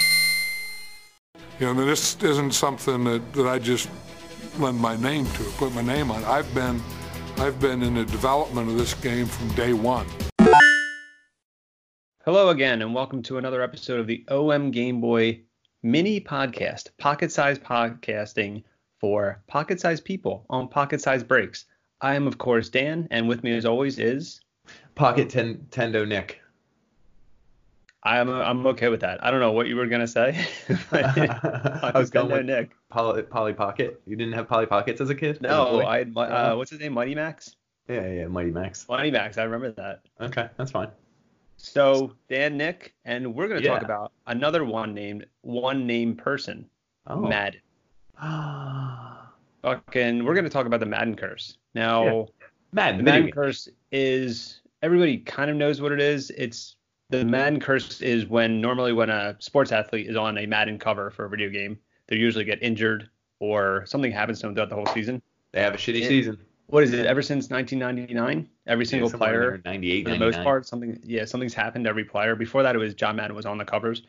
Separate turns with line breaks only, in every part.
You know, I mean, this isn't something that, that I just lend my name to, put my name on. I've been, I've been in the development of this game from day one.
Hello again, and welcome to another episode of the OM Game Boy mini podcast, pocket sized podcasting for pocket sized people on pocket sized breaks. I am, of course, Dan, and with me as always is
Pocket ten- Tendo Nick.
I'm, I'm okay with that. I don't know what you were going to say.
I was going with
Nick.
Polly, Polly Pocket. You didn't have Polly Pockets as a kid?
No,
As a boy?
I had, Mi-
Uh-huh.
uh, what's his name? Mighty Max?
Yeah, yeah, Mighty Max.
Mighty Max, I remember that.
Okay, that's fine.
So, Dan, Nick, and we're going to talk
Yeah.
about another one named one name person,
Oh.
Madden.
Madden.
Fucking, we're going to talk about the Madden curse. Now,
Yeah.
The
video
Madden
game.
curse is everybody kind of knows what it is. It's the Madden curse is when normally when a sports athlete is on a Madden cover for a video game, they usually get injured or something happens to them throughout the whole season.
They have a shitty
Yeah.
season.
What is it? Ever since 1999, every single
Yeah, somewhere in
player
there, 98,
for the most
99.
part. Something, yeah, something's happened to every player. Before that, it was John Madden was on the covers,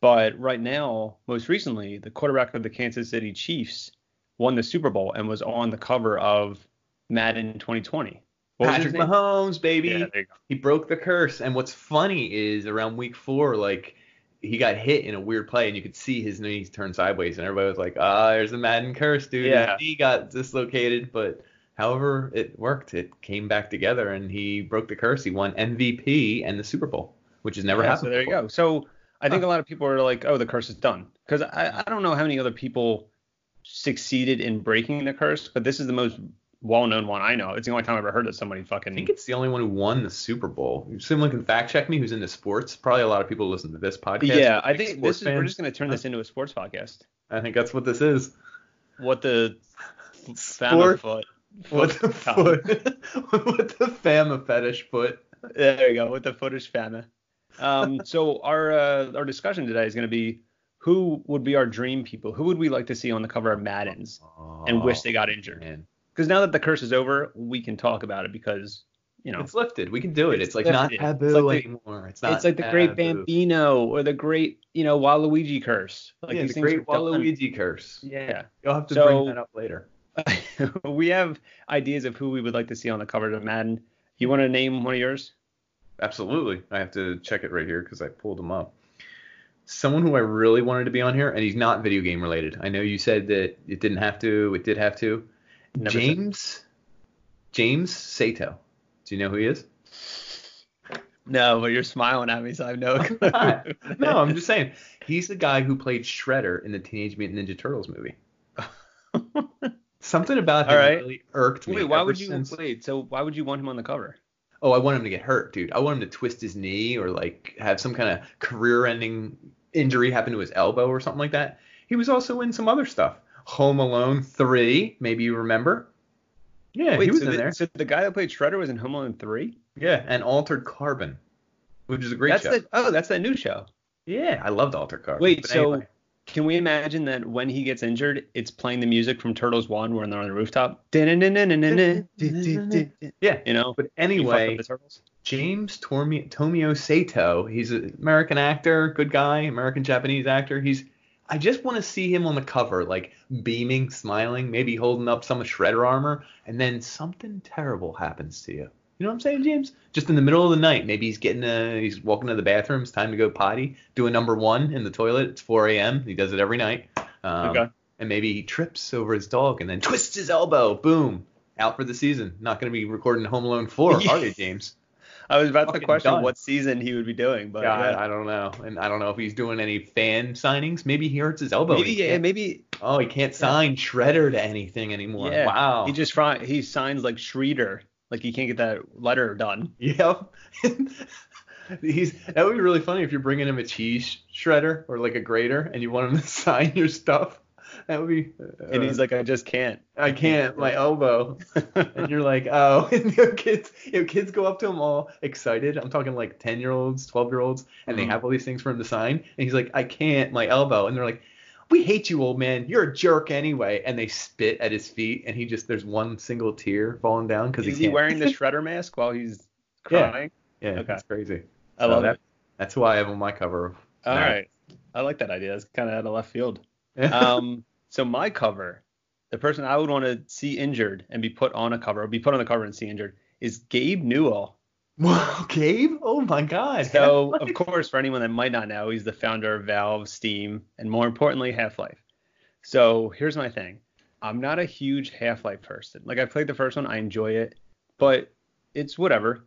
but right now, most recently, the quarterback of the Kansas City Chiefs won the Super Bowl and was on the cover of Madden 2020. What was his
Patrick
name?
Mahomes, baby.
Yeah, there you go.
he broke the curse. And what's funny is around week four, like he got hit in a weird play, and you could see his knee turn sideways, and everybody was like, "Ah, there's the Madden curse, dude.
Yeah.
His knee got dislocated." But however, it worked. It came back together, and he broke the curse. He won MVP and the Super Bowl, which has never
Yeah,
happened.
so there you
before.
go. So I think a lot of people are like, oh, the curse is done, because I, I don't know how many other people succeeded in breaking the curse, but this is the most well-known one I know. It's the only time I've ever heard that somebody
I
fucking.
think it's the only one who won the Super Bowl. Someone can fact check me who's into sports. Probably a lot of people listen to this podcast.
yeah, I
Big
think
sports
this is. We're
fans.
just gonna turn this into a sports podcast.
I think that's what this is.
What the f-
Sport-
founder foot?
What the
com.
foot? what the fama fetish foot?
There you go. With the footage fama. Um, so our uh, our discussion today is going to be who would be our dream people? Who would we like to see on the cover of Madden's and wish they got injured?
Man.
Because now that the curse is over, we can talk about it because you know
It's lifted. We can do it.
It's
It's, like not
lifted.
taboo
It's like the-
anymore. It's not.
it's like the great
taboo.
Bambino or the great you know Waluigi curse. Like
yeah,
these
the
things
great
were done-
Waluigi curse.
Yeah.
You'll have to
So-
bring that up later.
we have ideas of who we would like to see on the cover of Madden. You want to name one of yours?
Absolutely. I have to check it right here because I pulled him up. Someone who I really wanted to be on here, and he's not video game related. I know you said that it didn't have to. It did have to.
Never said-
James. James Sato. Do you know who he is?
No, but you're smiling at me, so I have no. clue.
not. No, I'm just saying. He's the guy who played Shredder in the Teenage Mutant Ninja Turtles movie. Something about him
All right.
really irked me.
wait, why
ever
would you
since-
wait? So why would you want him on the cover?
Oh, I want him to get hurt, dude. I want him to twist his knee or like have some kind of career-ending injury happen to his elbow or something like that. He was also in some other stuff. Home Alone 3, maybe you remember. Yeah,
wait,
he was
so
in
the,
there.
So the guy that played Shredder was in Home Alone three.
Yeah, and Altered Carbon, which is a great
that's
show.
the oh, that's that new show.
Yeah, I loved Altered Carbon.
Wait,
But
so
anyway,
can we imagine that when he gets injured, it's playing the music from Turtles one when they're on the rooftop? You
yeah.
know.
But
he fucked up
anyway,
the Turtles.
James Tormi- Tomio Sato. He's an American actor, good guy, American Japanese actor. He's I just want to see him on the cover, like beaming, smiling, maybe holding up some shredder armor, and then something terrible happens to you. You know what I'm saying, James? Just in the middle of the night, maybe he's getting a, he's walking to the bathroom. It's time to go potty. Do a number one in the toilet. It's 4 a.m. He does it every night. Um,
Okay.
And maybe he trips over his dog and then twists his elbow. Boom. Out for the season. Not going to be recording Home Alone 4, are you, James?
I was about to
fucking
question
done.
what season he would be doing, but
God,
yeah.
I don't know, and I don't know if he's doing any fan signings. Maybe he hurts his elbow.
maybe
He
yeah,
can't-
maybe
oh, he can't sign Shredder to anything anymore.
Yeah.
Wow.
he just fry, he signs like Schreeder, like he can't get that letter done.
Yep. he's that would be really funny if you're bringing him a cheese shredder or like a grater, and you want him to sign your stuff. That would be.
And he's like, I just can't.
I can't, my elbow. and you're like, oh, and your kids, your kids go up to him all excited. I'm talking like 10 year olds, 12 year olds, and they
Mhm.
have all these things for him to sign. And he's like, I can't, my elbow. And they're like, we hate you, old man. You're a jerk anyway. And they spit at his feet, and he just there's one single tear falling down because
Is
he's
he wearing the Shredder mask while he's
Yeah.
crying?
Yeah,
Okay.
that's crazy.
I love
that.
it.
That's who I have on my cover.
All
All
right,
right.
I like that idea. That's kind of out of left field.
yeah,
Um, so my cover, the person I would want to see injured and be put on a cover, or be put on the cover and see injured, is Gabe Newell.
Wow, Gabe? Oh my God.
So of course, for anyone that might not know, he's the founder of Valve, Steam, and more importantly, Half Life. So here's my thing. I'm not a huge Half Life person. Like I played the first one, I enjoy it, but it's whatever.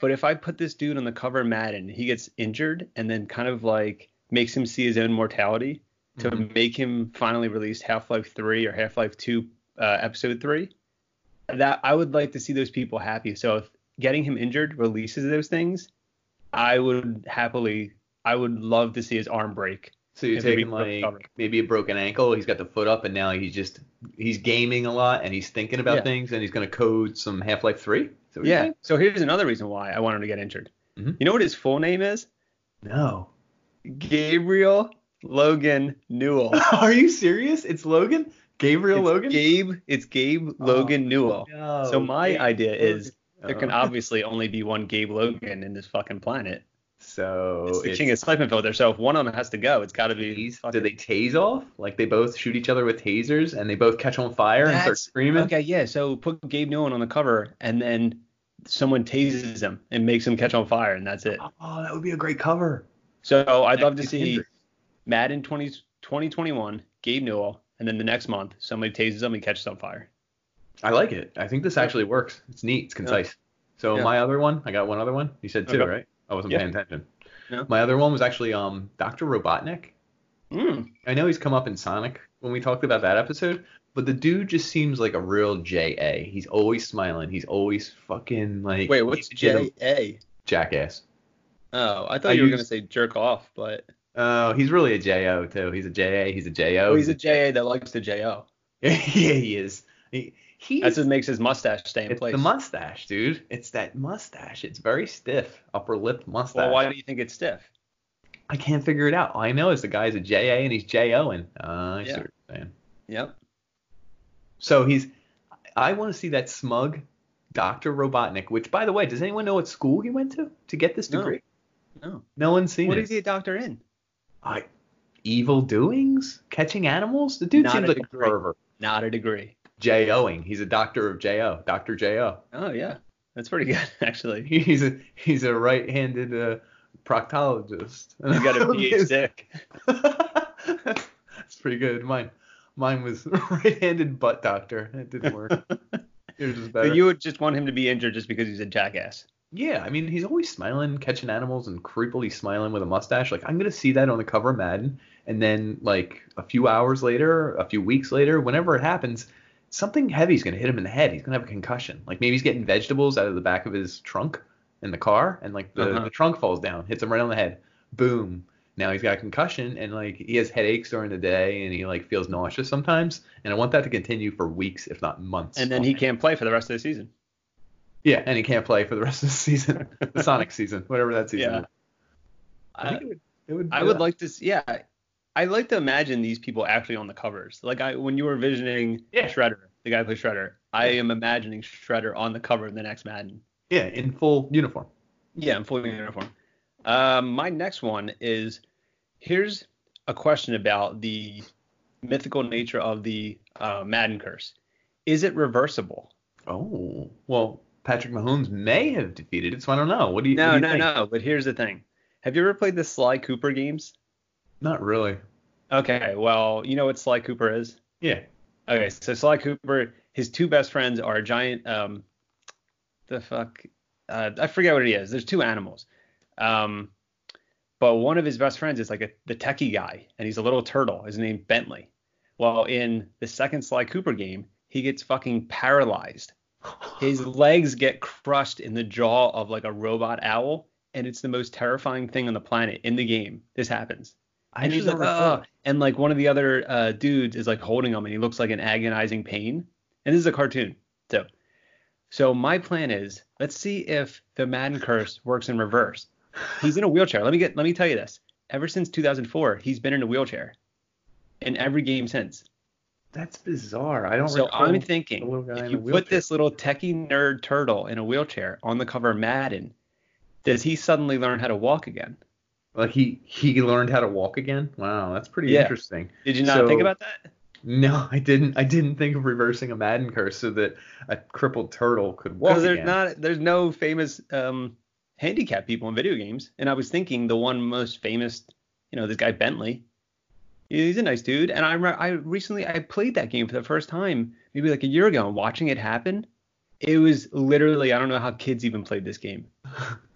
But if I put this dude on the cover of Madden, he gets injured and then kind of like makes him see his own mortality to
Mhm.
make him finally release Half Life 3 or Half Life 2 uh, Episode 3. That I would like to see those people happy. So if getting him injured releases those things, I would happily, I would love to see his arm break.
So you're
If we
taking
recover.
like maybe a broken ankle. He's got the foot up, and now he's just he's gaming a lot, and he's thinking about
Yeah.
things, and he's gonna code some Half Life Three. Is that what you're
Yeah.
saying?
So here's another reason why I want him to get injured.
Mhm.
You know what his full name is?
No.
Gabriel Logan Newell.
Are you serious? It's Logan. Gabriel
It's
Logan.
Gabe. It's Gabe Logan Newell.
No,
so my
Gabe
idea is there
Oh.
can obviously only be one Gabe Logan in this fucking planet.
so
It's the
it's-
king of Stipend filter. So if one of them has to go, it's got to be.
Tase- do they tase off? Like they both shoot each other with tasers and they both catch on fire and start
That's-
screaming?
Okay, yeah. So put Gabe Newell on the cover, and then someone tases him and makes him catch on fire, and that's it.
Oh, that would be a great cover.
So I'd love to
That's
see
Hendrix.
Madden 20, 2021, Gabe Newell, and then the next month somebody tases him and catches on fire.
I like it. I think this actually works. It's neat. It's concise. So
Yeah.
my other one, I got one other one. You said two,
Okay.
right? I wasn't
Yeah.
paying attention.
No.
My other one was actually um Dr. Robotnik.
Mm.
I know he's come up in Sonic when we talked about that episode, but the dude just seems like a real JA. He's always smiling. He's always fucking like
Wait, what's J A?
Jackass.
Oh, I thought
I
you were
use-
gonna say jerk off, but
Oh, he's really a JO too. He's a JA. He's a JO.
oh, he's a J A that likes to J O.
yeah, he is. He, he's
That's what makes his mustache stay in
it's
place.
the mustache, dude. It's that mustache. It's very stiff, upper lip mustache.
well, why do you think it's stiff?
I can't figure it out. All I know is the guy's a JA and he's JOing. Uh, I see
Yeah.
what you're saying.
Yep.
So he's. I want to see that smug Dr. Robotnik, which, by the way, does anyone know what school he went to to get this
No.
degree?
No.
No, one's seen
What
it.
is he a doctor in?
I, evil doings? Catching animals? The dude
Not
seems
a
like a
degree.
pervert.
Not a degree.
JOing. He's a doctor of JO. Dr. JO.
Oh yeah, that's pretty good actually.
He's a he's a right-handed uh, proctologist.
You got a PhD.
That's pretty good. Mine mine was right-handed butt doctor. It didn't work. Yours is
So
better.
you would just want him to be injured just because he's a jackass.
yeah, I mean he's always smiling, catching animals, and creepily smiling with a mustache. Like I'm gonna see that on the cover of Madden, and then like a few hours later, a few weeks later, whenever it happens. Something heavy's gonna hit him in the head. He's gonna have a concussion. Like maybe he's getting vegetables out of the back of his trunk in the car, and like the,
Uh-huh.
the trunk falls down, hits him right on the head. Boom. Now he's got a concussion, and like he has headaches during the day, and he like feels nauseous sometimes. And I want that to continue for weeks, if not months.
And then he can't play for the rest of the season.
yeah, and he can't play for the rest of the season, the Sonic season, whatever that season.
Yeah.
Is. I think it would. It would
I would like to, s- yeah, I like to imagine these people actually on the covers. Like I, when you were envisioning
Yeah.
Shredder, the guy who plays Shredder, I am imagining Shredder on the cover of the next Madden.
Yeah, in full uniform.
Yeah, in full uniform. Um, my next one is here's a question about the mythical nature of the uh, Madden curse. Is it reversible?
Oh well, Patrick Mahomes may have defeated it, so I don't know. What do you? what
No,
do you
no,
think?
no. But here's the thing. Have you ever played the Sly Cooper games?
Not really.
Okay, well, you know what Sly Cooper is?
Yeah.
Okay, so Sly Cooper, his two best friends are a giant. Um, the fuck, uh, I forget what it is. There's two animals. Um, but one of his best friends is like a, the techie guy, and he's a little turtle. His name Bentley. Well, in the second Sly Cooper game, he gets fucking paralyzed. His legs get crushed in the jaw of like a robot owl, and it's the most terrifying thing on the planet. In the game, this happens.
I
And she's like,
never
oh,
heard-
and like one of the other uh, dudes is like holding him, and he looks like in agonizing pain. And this is a cartoon, so. So my plan is, let's see if the Madden curse works in reverse. He's in a wheelchair. Let me get, let me tell you this. Ever since 2004, he's been in a wheelchair, in every game since.
That's bizarre. I don't.
So
recall
I'm
the
thinking,
little guy
if
in a
you put
wheelchair.
this little techie nerd turtle in a wheelchair on the cover of Madden, does he suddenly learn how to walk again?
Like he he learned how to walk again. Wow, that's pretty
Yeah.
interesting.
Did you not
So-
think about that?
No, I didn't. I didn't think of reversing a Madden curse so that a crippled turtle could walk
Because there's
again.
not there's no famous um handicap people in video games. And I was thinking the one most famous, you know, this guy Bentley. He's a nice dude. And I re- I recently I played that game for the first time, maybe like a year ago, and watching it happen, it was literally I don't know how kids even played this game.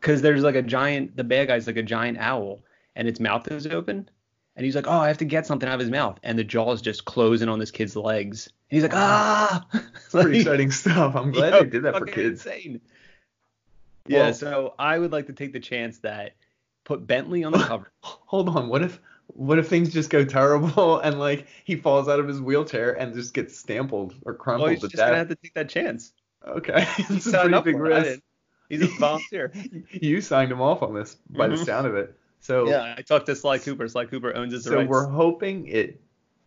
Cause there's like a giant the bad guy's like a giant owl and its mouth is open. And he's like, Oh, I have to get something out of his mouth. And the jaws just close in on this kid's legs. And he's like, Ah It's
pretty exciting stuff. I'm glad
Yo,
they did that for
fucking
kids.
Insane.
Well-
yeah, so I would like to take the chance that put Bentley on the cover.
Hold on, what if what if things just go terrible and like he falls out of his wheelchair and just gets stampled or
well,
crumpled
he's
to
just gonna
death?
have to take that chance.
Okay, it's
He
a
signed
pretty
up
big
for it. I
risk.
didn't. He's a volunteer.
You signed him off on this by the
Mhm.
sound of it. So
yeah, I talked to Sly Cooper. Sly Cooper owns his
so
rights.
we're hoping it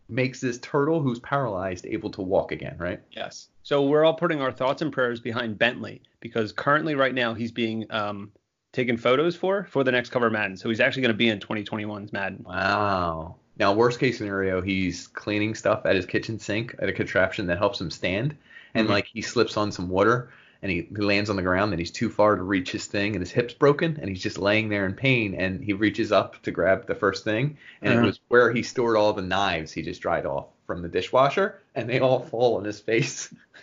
makes this turtle who's paralyzed able to walk again, right?
Yes. So we're all putting our thoughts and prayers behind Bentley because currently, right now, he's being um, taken photos for for the next cover of Madden. So he's actually going to be in 2021's Madden.
Wow. Now, worst case scenario, he's cleaning stuff at his kitchen sink at a contraption that helps him stand, and
Mhm.
like he slips on some water and he, he lands on the ground and he's too far to reach his thing and his hip's broken and he's just laying there in pain and he reaches up to grab the first thing and it
Uh-huh.
was where he stored all the knives he just dried off from the dishwasher and they all fall on his face.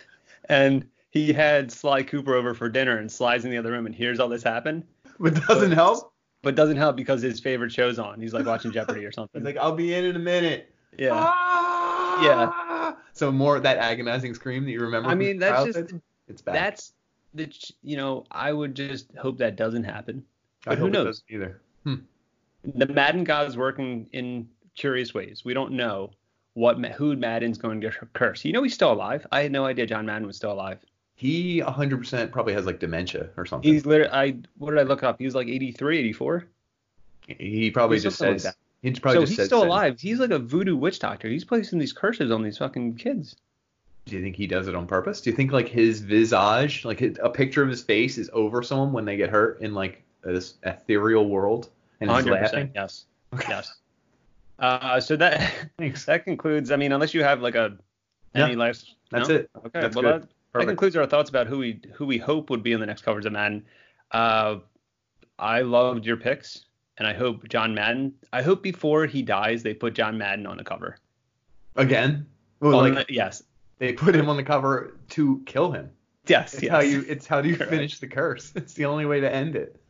And he had Sly Cooper over for dinner and Sly's in the other room and hears all this happen.
but doesn't help.
but doesn't help because his favorite show's on. He's like watching Jeopardy or something.
He's like, I'll be in in a minute.
yeah.
Ah! So more of that agonizing scream that you remember.
I
from
mean, that's just
childhood? it's bad.
that's the ch- you know I would just hope that doesn't happen.
I
But who
hope it
knows?
doesn't either.
The Madden God's working in curious ways. We don't know what Ma- who Madden's going to curse. You know he's still alive. I had no idea John Madden was still alive.
He 100% probably has like dementia or something.
He's literally I what did I look up? He was like 83, 84.
he probably
he's
just
something like
says
that.
he probably
so
just
he's
says
still
sentence.
alive. He's like a voodoo witch doctor. He's placing these curses on these fucking kids.
Do you think he does it on purpose? Do you think like his visage, like his- a picture of his face, is over someone when they get hurt in like this ethereal world and he's
100%,
laughing?
Yes. Yes. Uh, so that
Thanks.
that concludes. I mean, unless you have like a any
Yeah,
last.
That's
no?
it.
Okay.
That's
well,
good.
that, that
Perfect.
concludes our thoughts about who we who we hope would be in the next covers of Madden. Uh, I loved your picks, and I hope John Madden. I hope before he dies, they put John Madden on the cover.
Again, well,
On
like
the- yes.
they put him on the cover to kill him.
Yes.
It's
yes.
how you. It's how do you
Correct.
finish the curse? It's the only way to end it.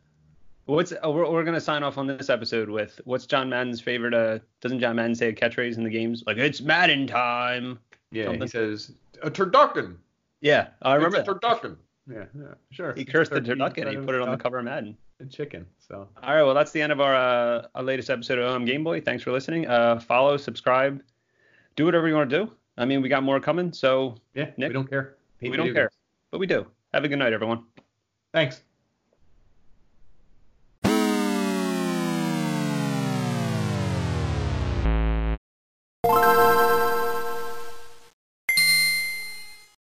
What's oh, we're, we're gonna sign off on this episode with what's John Madden's favorite? Uh, doesn't John Madden say a catchphrase in the games like "It's Madden time"?
Yeah, he
Something.
says a turducken.
Yeah, I
It's
remember.
a
that.
turducken. Yeah, yeah, sure.
He
It's a
cursed the
turkey
turducken.
instead
He
of
put
a
it on the
duck
cover of Madden.
and Chicken. So.
All right, well, that's the end of our, uh, our latest episode of Home Game Boy. Thanks for listening. Uh, follow, subscribe, do whatever you want to do. I mean, we got more coming, so
Yeah, we
Nick?
don't care. Hate
we don't
video
care,
games.
but we do. Have a good night, everyone.
Thanks.